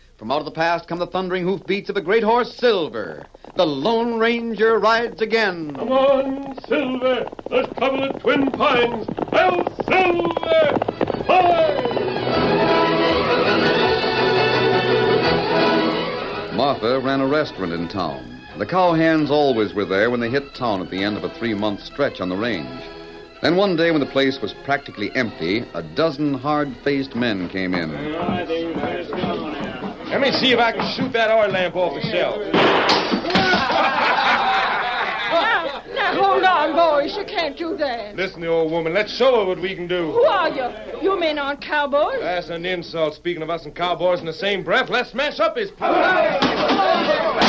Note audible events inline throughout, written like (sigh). From out of the past come the thundering hoofbeats of the great horse Silver. The Lone Ranger rides again. Come on, Silver! There's trouble at Twin Pines! I'll Silver! Ole! Martha ran a restaurant in town. The cowhands always were there when they hit town at the end of a three month stretch on the range. Then one day, when the place was practically empty, a dozen hard faced men came in. Let me see if I can shoot that oil lamp off the shelf. Now, now, hold on, boys. You can't do that. Listen, the old woman, let's show her what we can do. Who are you? You men aren't cowboys. That's an insult, speaking of us and cowboys in the same breath. Let's smash up his power.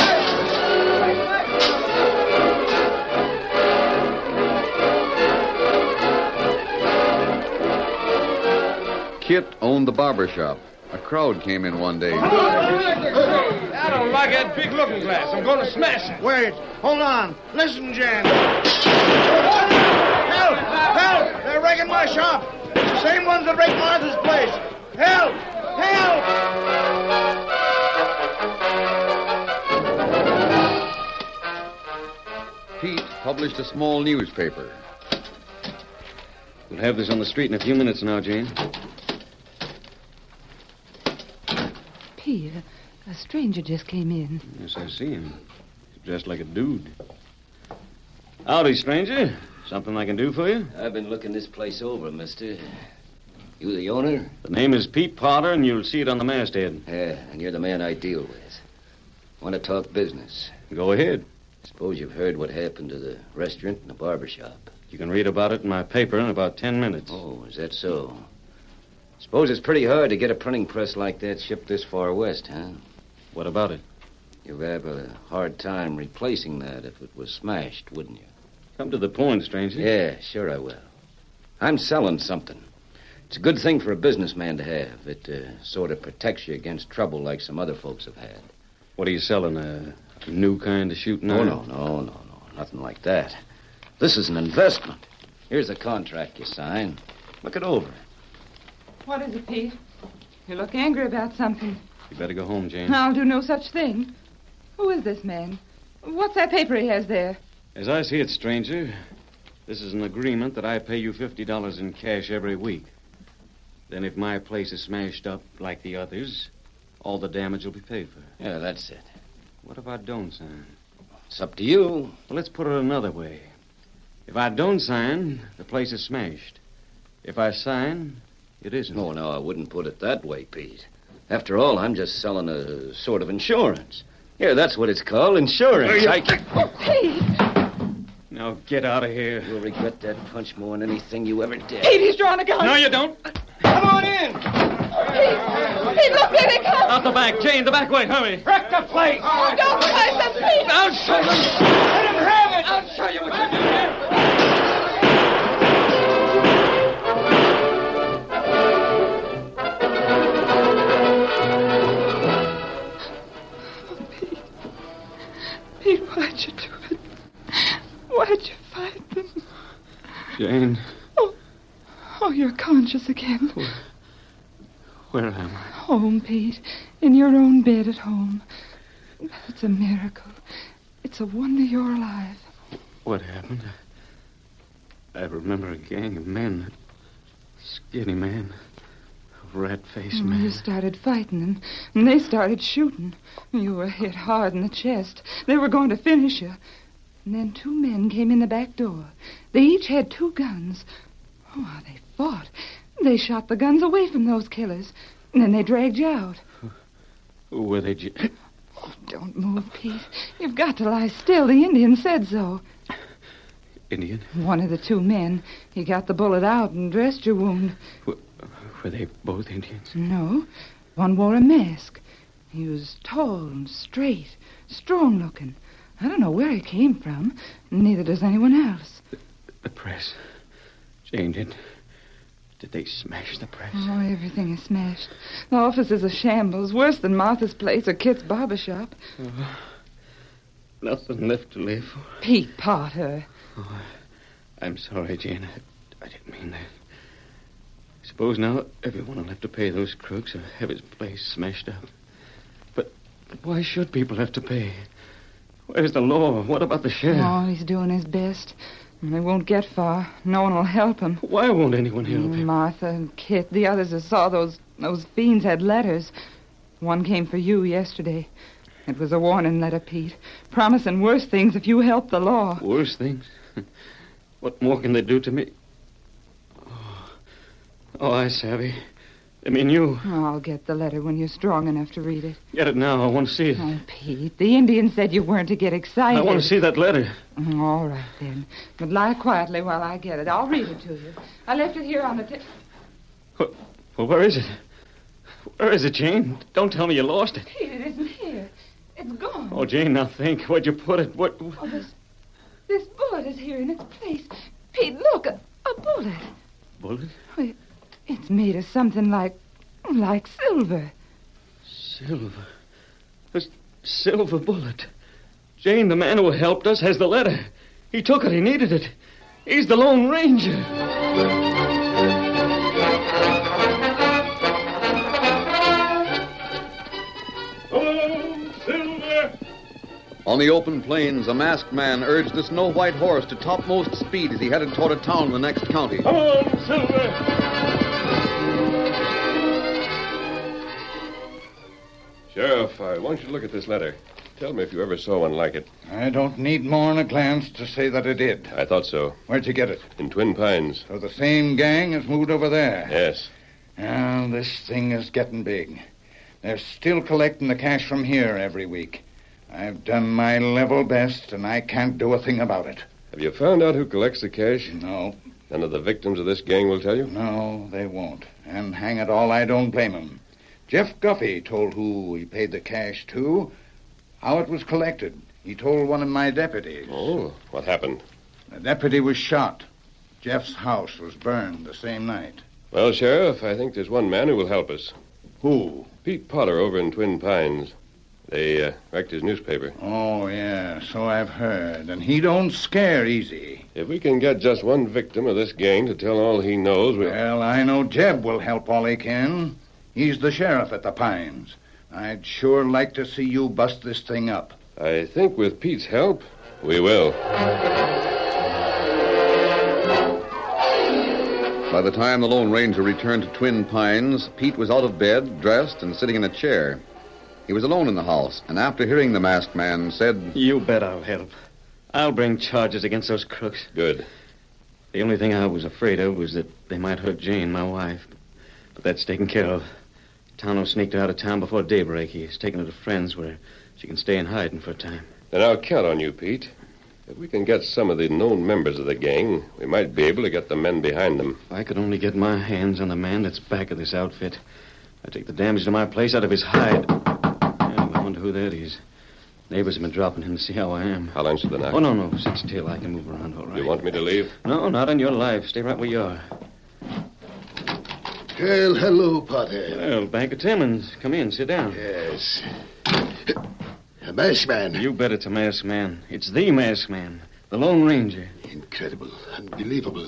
Kit owned the barber shop. A crowd came in one day. I don't like that big looking glass. I'm going to smash it. Wait, hold on. Listen, Jan. Help! Help! They're wrecking my shop. Same ones that wrecked Martha's place. Help! Help! Pete published a small newspaper. We'll have this on the street in a few minutes now, Jane. Pete, a, a stranger just came in. Yes, I see him. He's dressed like a dude. Howdy, stranger. Something I can do for you? I've been looking this place over, mister. You the owner? The name is Pete Potter, and you'll see it on the masthead. Yeah, and you're the man I deal with. Want to talk business? Go ahead. Suppose you've heard what happened to the restaurant and the barber shop. You can read about it in my paper in about ten minutes. Oh, is that so? Suppose it's pretty hard to get a printing press like that shipped this far west, huh? What about it? You'd have a hard time replacing that if it was smashed, wouldn't you? Come to the point, stranger. Yeah, sure I will. I'm selling something. It's a good thing for a businessman to have. It uh, sort of protects you against trouble like some other folks have had. What are you selling? A new kind of shooting Oh, iron? no, no, no, no. Nothing like that. This is an investment. Here's the contract you sign. Look it over. What is it, Pete? You look angry about something. You better go home, Jane. I'll do no such thing. Who is this man? What's that paper he has there? As I see it, stranger, this is an agreement that I pay you $50 in cash every week. Then, if my place is smashed up like the others, all the damage will be paid for. Yeah, that's it. What if I don't sign? It's up to you. Well, let's put it another way. If I don't sign, the place is smashed. If I sign, it isn't. No, no, I wouldn't put it that way, Pete. After all, I'm just selling a sort of insurance. Yeah, that's what it's called, insurance. I can... Now get out of here. You'll regret that punch more than anything you ever did. Pete, he's drawn a gun. No, you don't. Come on in. Pete, look, here they come. Out the back, Jane. The back way. Hurry. Wreck the place. Don't fight them, Pete. I'll show you. Let him have it. I'll show you what you do. Pete, why'd you do it? Why'd you fight them? Jane, Oh, you're conscious again. where am I? Home, Pete. In your own bed at home. That's a miracle. It's a wonder you're alive. What happened? I remember a gang of men. Skinny man. Rat faced You man. started fighting them, and they started shooting. You were hit hard in the chest. They were going to finish you. And then two men came in the back door. They each had two guns. Oh, how they fought. They shot the guns away from those killers. And then they dragged you out. Who were they? J- Don't move, Pete. You've got to lie still. The Indian said so. Indian? One of the two men. He got the bullet out and dressed your wound. Were they both Indians? No. One wore a mask. He was tall and straight, strong looking. I don't know where he came from. Neither does anyone else. The press. Jane, did, did they smash the press? Oh, everything is smashed. The office is a shambles, worse than Martha's place or Kit's barber shop. Uh-huh. Nothing left to live for. Pete Potter. I'm sorry, Jane. I, I didn't mean that. Suppose now everyone will have to pay those crooks or have his place smashed up. But, but why should people have to pay? Where's the law? What about the sheriff? Oh, he's doing his best. And they won't get far. No one will help him. Why won't anyone help him? Martha and Kit, the others who saw those those fiends had letters. One came for you yesterday. It was a warning letter, Pete, promising worse things if you helped the law. Worse things. What more can they do to me? Oh, oh I savvy. I mean, you. I'll get the letter when you're strong enough to read it. Get it now. I want to see it. Oh, Pete, the Indian said you weren't to get excited. I want to see that letter. Mm, All right, then. But lie quietly while I get it. I'll read it to you. I left it here on the... T- Well, where is it? Where is it, Jane? Don't tell me you lost it. Pete, it isn't here. It's gone. Oh, Jane, now think. Where'd you put it? What? Oh, this, this bullet is here in its place. Pete, look, a, a bullet. Bullet? It's made of something like, like silver. Silver. A s- silver bullet. Jane, the man who helped us, has the letter. He took it. He needed it. He's the Lone Ranger. Oh, Silver! On the open plains, a masked man urged the snow white horse to topmost speed as he headed toward a town in the next county. Come on, Silver! Sheriff, I want you to look at this letter. Tell me if you ever saw one like it. I don't need more than a glance to say that I did. I thought so. Where'd you get it? In Twin Pines. So the same gang has moved over there. Yes. Well, this thing is getting big. They're still collecting the cash from here every week. I've done my level best, and I can't do a thing about it. Have you found out who collects the cash? No, None of the victims of this gang will tell you? no, they won't. And hang it all, I don't blame 'em. Jeff Guffey told who he paid the cash to, how it was collected. He told one of my deputies. Oh, what happened? The deputy was shot. Jeff's house was burned the same night. Well, Sheriff, I think there's one man who will help us. Who? Pete Potter over in Twin Pines. They uh, wrecked his newspaper. Oh, yeah, so I've heard. And he don't scare easy. If we can get just one victim of this gang to tell all he knows, we... Well, I know Jeb will help all he can. He's the sheriff at the Pines. I'd sure like to see you bust this thing up. I think with Pete's help, we will. By the time the Lone Ranger returned to Twin Pines, Pete was out of bed, dressed, and sitting in a chair. He was alone in the house, and after hearing the masked man, said, You bet I'll help. I'll bring charges against those crooks. Good. The only thing I was afraid of was that they might hurt Jane, my wife. But that's taken care of. Tano sneaked her out of town before daybreak. He's taken her to friends where she can stay in hiding for a time. Then I'll count on you, Pete. If we can get some of the known members of the gang, we might be able to get the men behind them. If I could only get my hands on the man that's back of this outfit, I'd take the damage to my place out of his hide. Yeah, I wonder who that is. Neighbors have been dropping in to see how I am. I'll answer the knock. Oh, no, no. Sit still. I can move around all right. You want me to leave? No, not on your life. Stay right where you are. Well, hello, Potter. Well, Banker Timmons, come in. Sit down. Yes. A masked man. You bet it's a masked man. It's the masked man, the Lone Ranger. Incredible. Unbelievable.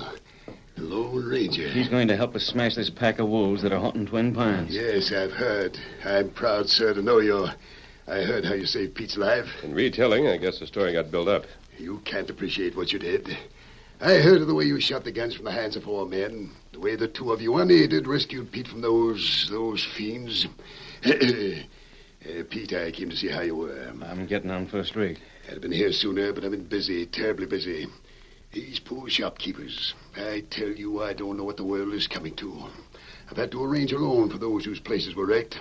The Lone Ranger. He's going to help us smash this pack of wolves that are haunting Twin Pines. Yes, I've heard. I'm proud, sir, to know you. I heard how you saved Pete's life. In retelling, I guess the story got built up. You can't appreciate what you did. I heard of the way you shot the guns from the hands of four men, the way the two of you, unaided, rescued Pete from those those fiends. (clears throat) Uh, Pete, I came to see how you were. I'm getting on first rate. I'd have been here sooner, but I've been busy, terribly busy. These poor shopkeepers. I tell you, I don't know what the world is coming to. I've had to arrange a loan for those whose places were wrecked.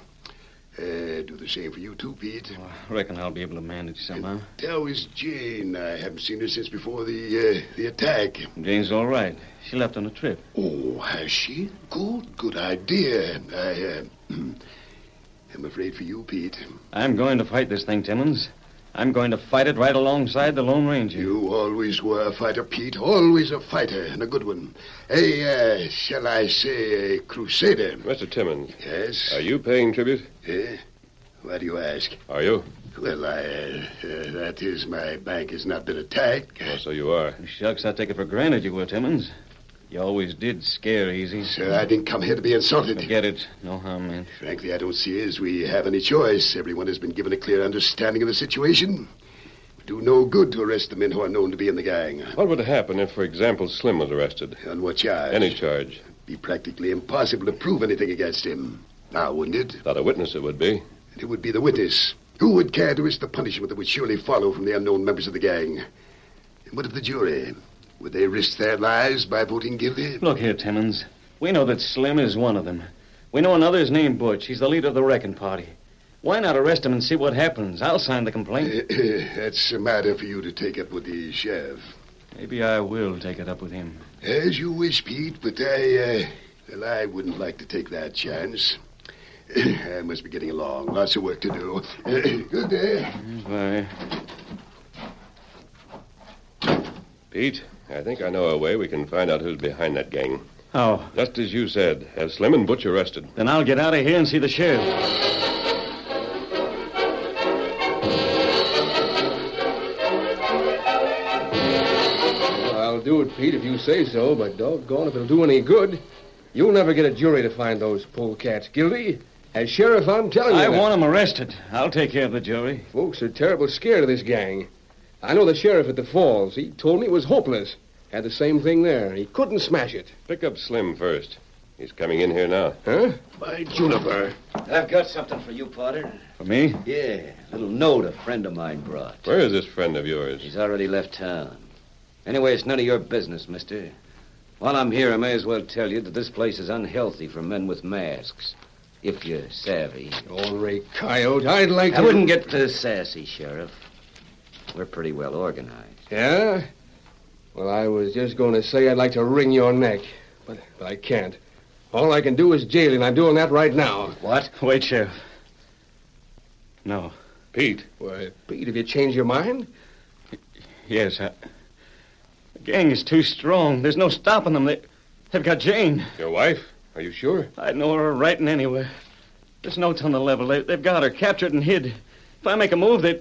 Uh, do the same for you too, Pete. Oh, I reckon I'll be able to manage somehow. How is Jane? I haven't seen her since before the uh, the attack. Jane's all right. She left on a trip. Oh, has she? Good, good idea. I uh, (clears throat) am afraid for you, Pete. I'm going to fight this thing, Timmons. I'm going to fight it right alongside the Lone Ranger. You always were a fighter, Pete. Always a fighter, and a good one. A, uh, shall I say, a crusader. Mr. Timmons. Yes? Are you paying tribute? Eh? Why do you ask? Are you? Well, I, uh, uh, that is, my bank has not been attacked. Oh, so you are. Shucks, I take it for granted you were, Timmons. You always did scare easy. Sir, I didn't come here to be insulted. Forget it. No harm meant. Frankly, I don't see as we have any choice. Everyone has been given a clear understanding of the situation. It would do no good to arrest the men who are known to be in the gang. What would happen if, for example, Slim was arrested? On what charge? Any charge. It'd be practically impossible to prove anything against him. Now, wouldn't it? Not a witness, it would be. And it would be the witness. Who would care to risk the punishment that would surely follow from the unknown members of the gang? And what of the jury? Would they risk their lives by voting guilty? Look here, Timmons. We know that Slim is one of them. We know another is named Butch. He's the leader of the wrecking party. Why not arrest him and see what happens? I'll sign the complaint. That's Eh, a matter for you to take up with the sheriff. Maybe I will take it up with him. As you wish, Pete, but I, uh, well, I wouldn't like to take that chance. (clears throat) I must be getting along. Lots of work to do. (clears throat) Good uh, day. Bye. Pete, I think I know a way we can find out who's behind that gang. How? Just as you said, have Slim and Butch arrested. Then I'll get out of here and see the sheriff. I'll do it, Pete, if you say so, but doggone if it'll do any good. You'll never get a jury to find those polecats guilty. As sheriff, I'm telling you. I that. want him arrested. I'll take care of the jury. Folks are terrible scared of this gang. I know the sheriff at the Falls. He told me it was hopeless. Had the same thing there. He couldn't smash it. Pick up Slim first. He's coming in here now. Huh? By Juniper. I've got something for you, Potter. For me? Yeah, a little note a friend of mine brought. Where is this friend of yours? He's already left town. Anyway, it's none of your business, mister. While I'm here, I may as well tell you that this place is unhealthy for men with masks. If you're savvy. All right, Coyote. I'd like I to. wouldn't get too sassy, Sheriff. We're pretty well organized. Yeah? Well, I was just going to say I'd like to wring your neck, but, but I can't. All I can do is jail, you, and I'm doing that right now. What? Wait, Sheriff. No. Pete. Why, Pete, have you changed your mind? Yes, I... The gang is too strong. There's no stopping them. They... They've got Jane. Your wife? Are you sure? I know her right in anywhere. There's notes on the level. They... They've got her captured and hid. If I make a move, they...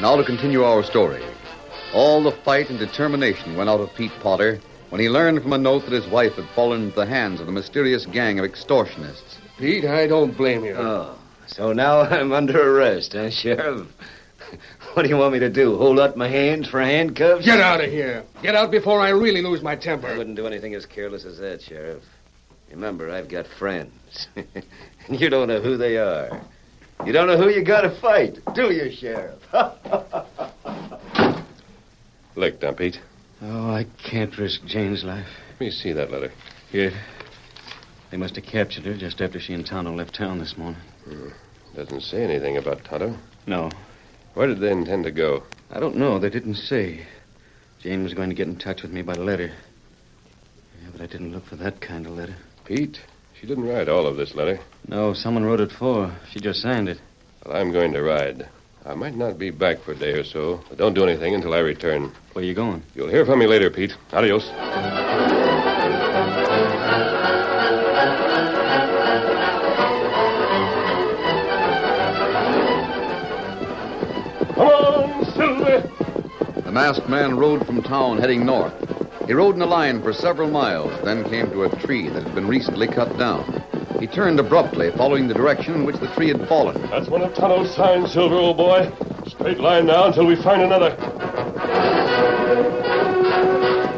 Now to continue our story. All the fight and determination went out of Pete Potter when he learned from a note that his wife had fallen into the hands of the mysterious gang of extortionists. Pete, I don't blame you. Oh, so now (laughs) I'm under arrest, huh, Sheriff? (laughs) What do you want me to do? Hold out my hands for handcuffs? Get out of here. Get out before I really lose my temper. I wouldn't do anything as careless as that, Sheriff. Remember, I've got friends. (laughs) and you don't know who they are. You don't know who you gotta fight, do you, Sheriff? Look, now, Pete. Oh, I can't risk Jane's life. Let me see that letter. Here. They must have captured her just after she and Tonto left town this morning. Hmm. Doesn't say anything about Tonto. No, Where did they intend to go? I don't know. They didn't say. Jane was going to get in touch with me by letter. Yeah, but I didn't look for that kind of letter. Pete, she didn't write all of this letter. No, someone wrote it for. her. She just signed it. Well, I'm going to ride. I might not be back for a day or so, but don't do anything until I return. Where you going? You'll hear from me later, Pete. Adios. Come on, Silver! The masked man rode from town heading north. He rode in a line for several miles, then came to a tree that had been recently cut down. He turned abruptly, following the direction in which the tree had fallen. That's one of Tonto's signs, Silver, old boy. Straight line now until we find another.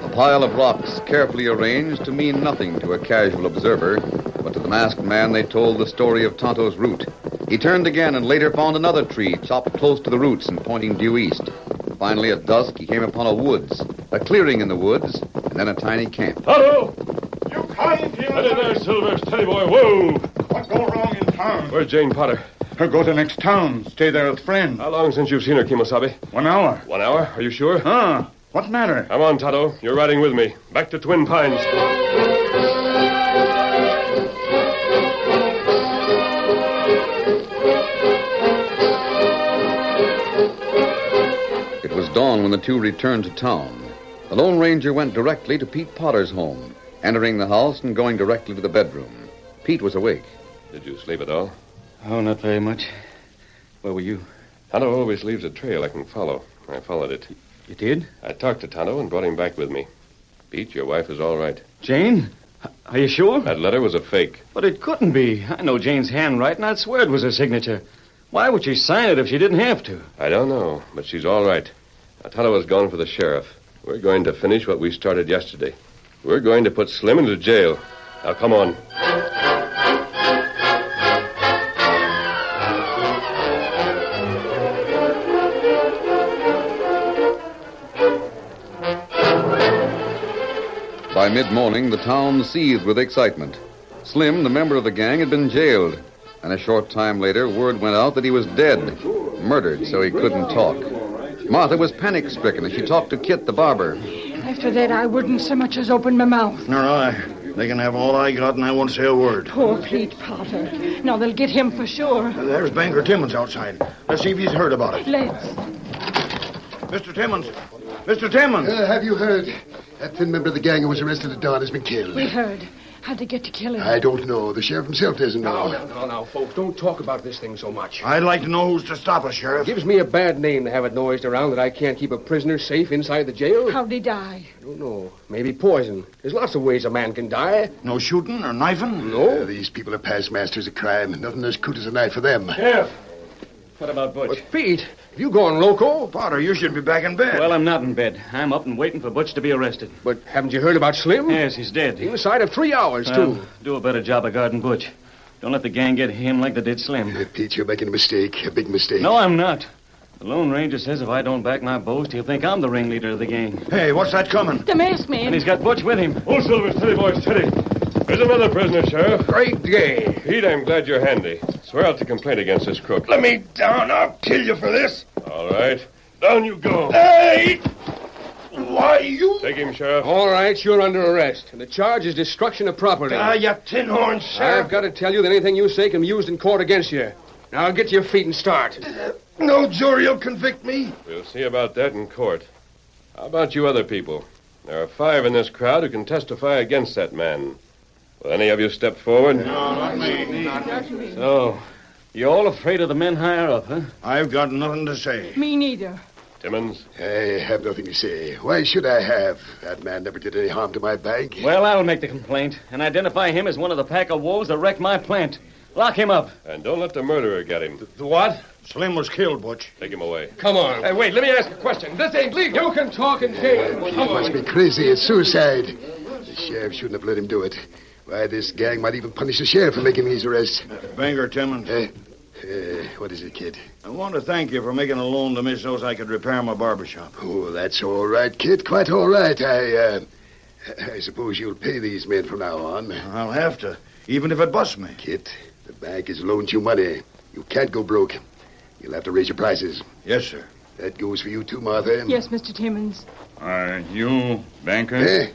A pile of rocks, carefully arranged to mean nothing to a casual observer, but to the masked man they told the story of Tonto's route. He turned again and later found another tree chopped close to the roots and pointing due east. Finally, at dusk, he came upon a woods, a clearing in the woods, and then a tiny camp. Tonto! You kind here! Steady there, Silver. Steady, boy. Whoa! What go wrong in town? Where's Jane Potter? Her go to next town. Stay there with friends. How long since you've seen her, Kimosabe? One hour. One hour? Are you sure? Huh? What matter? Come on, Tonto. You're riding with me. Back to Twin Pines. It was dawn when the two returned to town. The Lone Ranger went directly to Pete Potter's home, entering the house and going directly to the bedroom. Pete was awake. Did you sleep at all? Oh, not eh? very much. Where were you? Tonto always leaves a trail I can follow. I followed it. You did? I talked to Tonto and brought him back with me. Pete, your wife is all right. Jane? H- Are you sure? That letter was a fake. But it couldn't be. I know Jane's handwriting. I'd swear it was her signature. Why would she sign it if she didn't have to? I don't know, but she's all right. Now, Tonto has gone for the sheriff. We're going to finish what we started yesterday. We're going to put Slim into jail. Now, come on. By mid morning, the town seethed with excitement. Slim, the member of the gang, had been jailed, and a short time later, word went out that he was dead, murdered, so he couldn't talk. Martha was panic stricken as she talked to Kit the barber. After that, I wouldn't so much as open my mouth. Nor I. They can have all I got, and I won't say a word. Uh, Poor Pete Potter. Now they'll get him for sure. There's Banker Timmons outside. Let's see if he's heard about it. Let's. Mr. Timmons. Mr. Timmons. Uh, have you heard? That thin member of the gang who was arrested at dawn has been killed. We heard. How'd they get to kill him? I don't know. The sheriff himself doesn't No, know. no, no, no, folks. Don't talk about this thing so much. I'd like to know who's to stop us, Sheriff. Gives me a bad name to have it noised around that I can't keep a prisoner safe inside the jail. How'd he die? I don't know. Maybe poison. There's lots of ways a man can die. No shooting or knifing? No. Uh, These people are past masters of crime. Nothing as crude as a knife for them. Sheriff. What about Butch? Pete, have you gone loco? Potter, you should be back in bed. Well, I'm not in bed. I'm up and waiting for Butch to be arrested. But haven't you heard about Slim? Yes, he's dead. Uh, Inside of three hours, Well, too. Do a better job of guarding Butch. Don't let the gang get him like they did Slim. Pete, you're making a mistake, a big mistake. No, I'm not. The Lone Ranger says if I don't back my boast, he'll think I'm the ringleader of the gang. Hey, what's that coming? The masked And man. he's got Butch with him. Oh, Silver, steady, boy, steady. There's another prisoner, Sheriff. Great gay. Pete, I'm glad you're handy. Swear out the complaint against this crook. Let me down. I'll kill you for this. All right. Down you go. Hey! Why, you. Take him, Sheriff. All right, you're under arrest, and the charge is destruction of property. Ah, you tin horn, I've Sheriff. got to tell you that anything you say can be used in court against you. Now get to your feet and start. No jury will convict me. We'll see about that in court. How about you other people? There are five in this crowd who can testify against that man. Will any of you step forward? So, you're all afraid of the men higher up, huh? I've got nothing to say. Me neither. Timmons? I have nothing to say. Why should I have? That man never did any harm to my bag. Well, I'll make the complaint and identify him as one of the pack of wolves that wrecked my plant. Lock him up. And don't let the murderer get him. The what? Slim was killed, Butch. Take him away. Come on. Hey, wait, let me ask a question. This ain't legal. You can talk in jail. He must be crazy. It's suicide. The sheriff shouldn't have let him do it. Why, this gang might even punish the sheriff for making these arrests. Banger, Timmons. Eh? Eh, what is it, kid? I want to thank you for making a loan to me so I could repair my barber shop. Oh, that's all right, kid. Quite all right. I, uh, I suppose you'll pay these men from now on. I'll have to, even if it busts me. Kid, the bank has loaned you money. You can't go broke. You'll have to raise your prices. Yes, sir. That goes for you too, Martha. Yes, Mr. Timmons. Are Uh, you banker? Eh?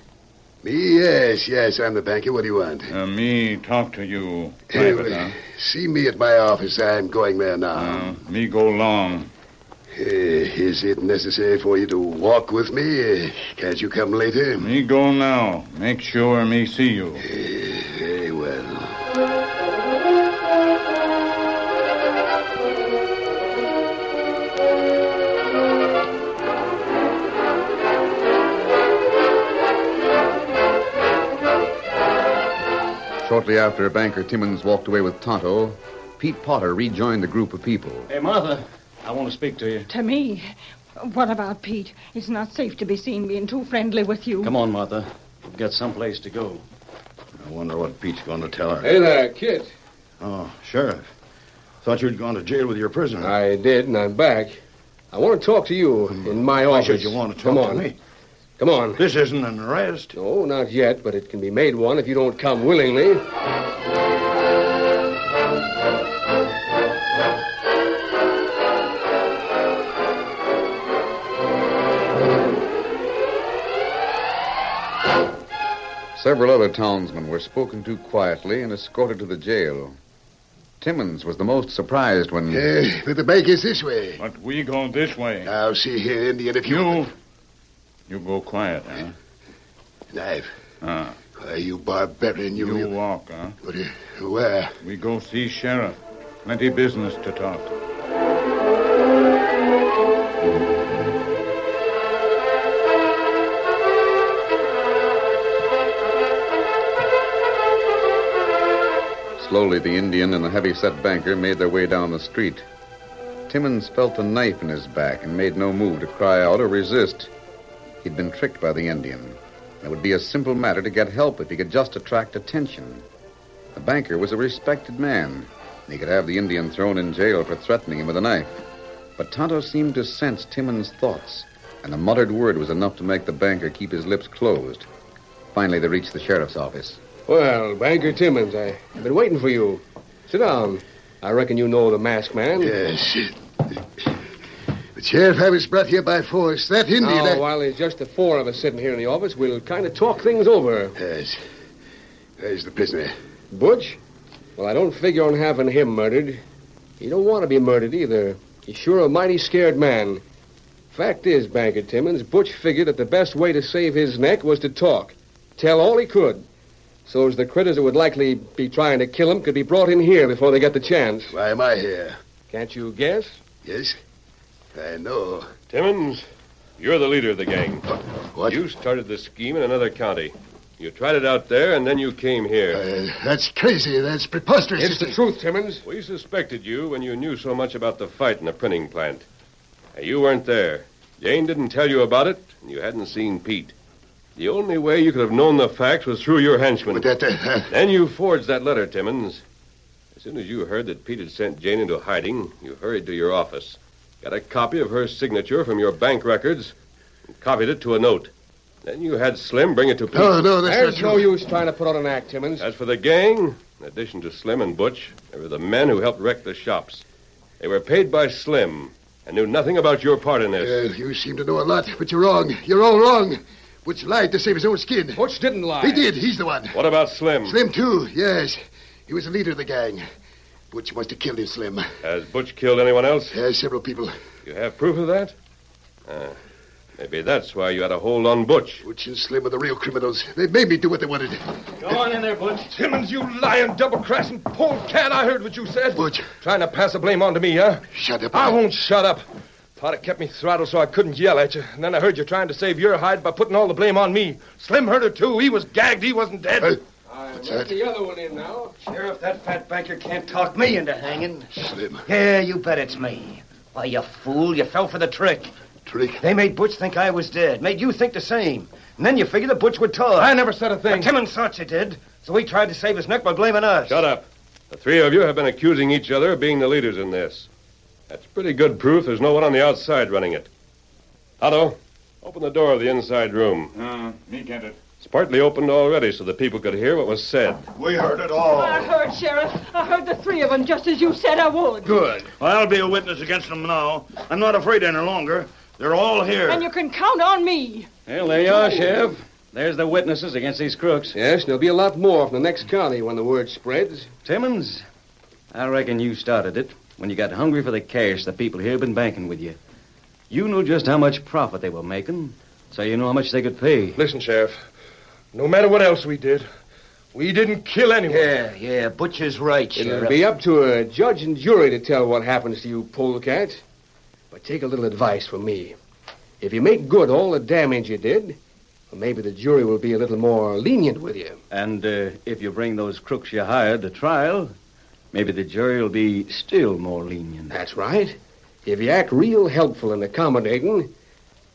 Me? Yes, yes. I'm the banker. What do you want? Uh, me talk to you Eh, private, huh? See me at my office. I'm going there now. Uh, me go long. Eh, is it necessary for you to walk with me? Eh, can't you come later? Me go now. Make sure me see you. Eh, very well. Shortly after banker Timmons walked away with Tonto, Pete Potter rejoined the group of people. Hey, Martha, I want to speak to you. To me. What about Pete? It's not safe to be seen being too friendly with you. Come on, Martha. We've got someplace to go. I wonder what Pete's going to tell her. Hey there, kid. Oh, Sheriff. Thought you'd gone to jail with your prisoner. Hmm. I did, and I'm back. I want to talk to you in my Why office. should you want to talk Come on. to me? Come on. This isn't an arrest. No, not yet, but it can be made one if you don't come willingly. Several other townsmen were spoken to quietly and escorted to the jail. Timmons was the most surprised when. Eh, but the bank is this way. But Hmm. we go this way. Now, see here, Indian, if you... You. You go quiet, huh? Knife. Ah, Why, you barbarian, you... you walk, huh? What do you- Where? We go see sheriff. Plenty business to talk. Slowly, the Indian and the heavy set banker made their way down the street. Timmons felt a knife in his back and made no move to cry out or resist. He'd been tricked by the Indian. It would be a simple matter to get help if he could just attract attention. The banker was a respected man, and he could have the Indian thrown in jail for threatening him with a knife. But Tonto seemed to sense Timmons' thoughts, and a muttered word was enough to make the banker keep his lips closed. Finally, they reached the sheriff's office. Well, Banker Timmons, I, I've been waiting for you. Sit down. I reckon you know the masked man. Yes. The sheriff I was brought here by force. That Indian... Oh, Now, that- while there's just the four of us sitting here in the office, we'll kind of talk things over. Yes. There's the prisoner. Butch? Well, I don't figure on having him murdered. He don't want to be murdered either. He's sure a mighty scared man. Fact is, Banker Timmons, Butch figured that the best way to save his neck was to talk. Tell all he could. so's the critters that would likely be trying to kill him could be brought in here before they get the chance. Why am I here? Can't you guess? Yes? I know. Timmons, you're the leader of the gang. What? You started the scheme in another county. You tried it out there, and then you came here. That's crazy. That's preposterous. It's the truth, Timmons. We suspected you when you knew so much about the fight in the printing plant. Now, You weren't there. Jane didn't tell you about it, and you hadn't seen Pete. The only way you could have known the facts was through your henchman. But that, uh, (laughs) Then you forged that letter, Timmons. As soon as you heard that Pete had sent Jane into hiding, you hurried to your office, got a copy of her signature from your bank records, and copied it to a note. Then you had Slim bring it to Pete. There's no use trying to put on an act, Timmons. As for the gang, in addition to Slim and Butch, there were the men who helped wreck the shops. They were paid by Slim and knew nothing about your part in this. Uh, you seem to know a lot, but you're wrong. You're all wrong. Butch lied to save his own skin. Butch didn't lie. He did. He's the one. What about Slim? Slim, too. Yes. He was the leader of the gang. Butch must have killed him, Slim. Has Butch killed anyone else? Uh, several people. You have proof of that? Ah, maybe that's why you had a hold on Butch. Butch and Slim are the real criminals. They made me do what they wanted. Go on in there, Butch. Timmons, you lying, double-crashing polecat. I heard what you said. Butch. Trying to pass the blame on to me, huh? Shut up. I won't shut up. Potter kept me throttled so I couldn't yell at you. And then I heard you trying to save your hide by putting all the blame on me. Slim heard it, too. He was gagged. He wasn't dead. Uh, let the other one in now. Sheriff, that fat banker can't talk me into hanging. Slim. Yeah, you bet it's me. Why, you fool, you fell for the trick. Trick? They made Butch think I was dead, made you think the same. And then you figured that Butch would talk. I never said a thing. But Timmons thought you did, so he tried to save his neck by blaming us. Shut up. The three of you have been accusing each other of being the leaders in this. That's pretty good proof there's no one on the outside running it. Otto, open the door of the inside room. Uh, me get it. It's partly opened already so the people could hear what was said. We heard it all. I heard, Sheriff. I heard the three of them just as you said I would. Good. Well, I'll be a witness against them now. I'm not afraid any longer. They're all here. And you can count on me. Well, there you are, Sheriff. There's the witnesses against these crooks. Yes, there'll be a lot more from the next county when the word spreads. Timmons, I reckon you started it when you got hungry for the cash the people here have been banking with you. You knew just how much profit they were making, so you know how much they could pay. Listen, Sheriff. No matter what else we did, we didn't kill anyone. Yeah, yeah, Butcher's right, It'll Sheriff. be up to a judge and jury to tell what happens to you, polecat. But take a little advice from me. If you make good all the damage you did, well, maybe the jury will be a little more lenient with you. And uh, if you bring those crooks you hired to trial, maybe the jury will be still more lenient. That's right. If you act real helpful and accommodating,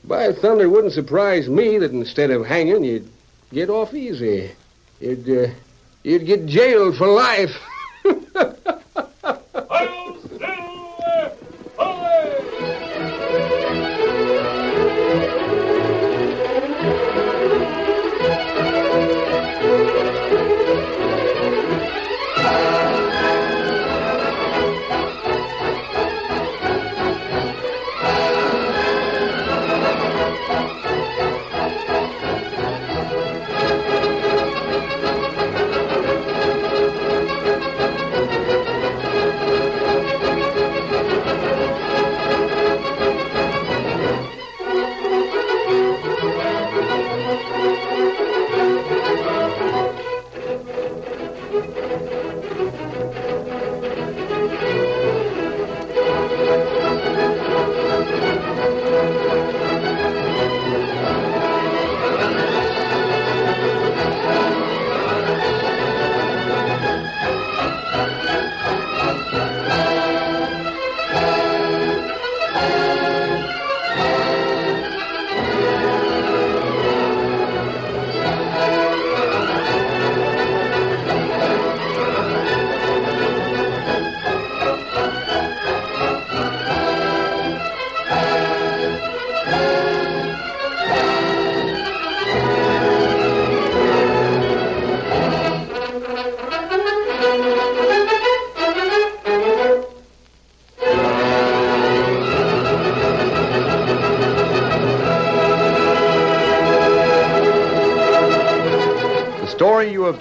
by thunder, it wouldn't surprise me that instead of hanging, you'd get off easy. You'd, uh, you'd get jailed for life. (laughs) The story you have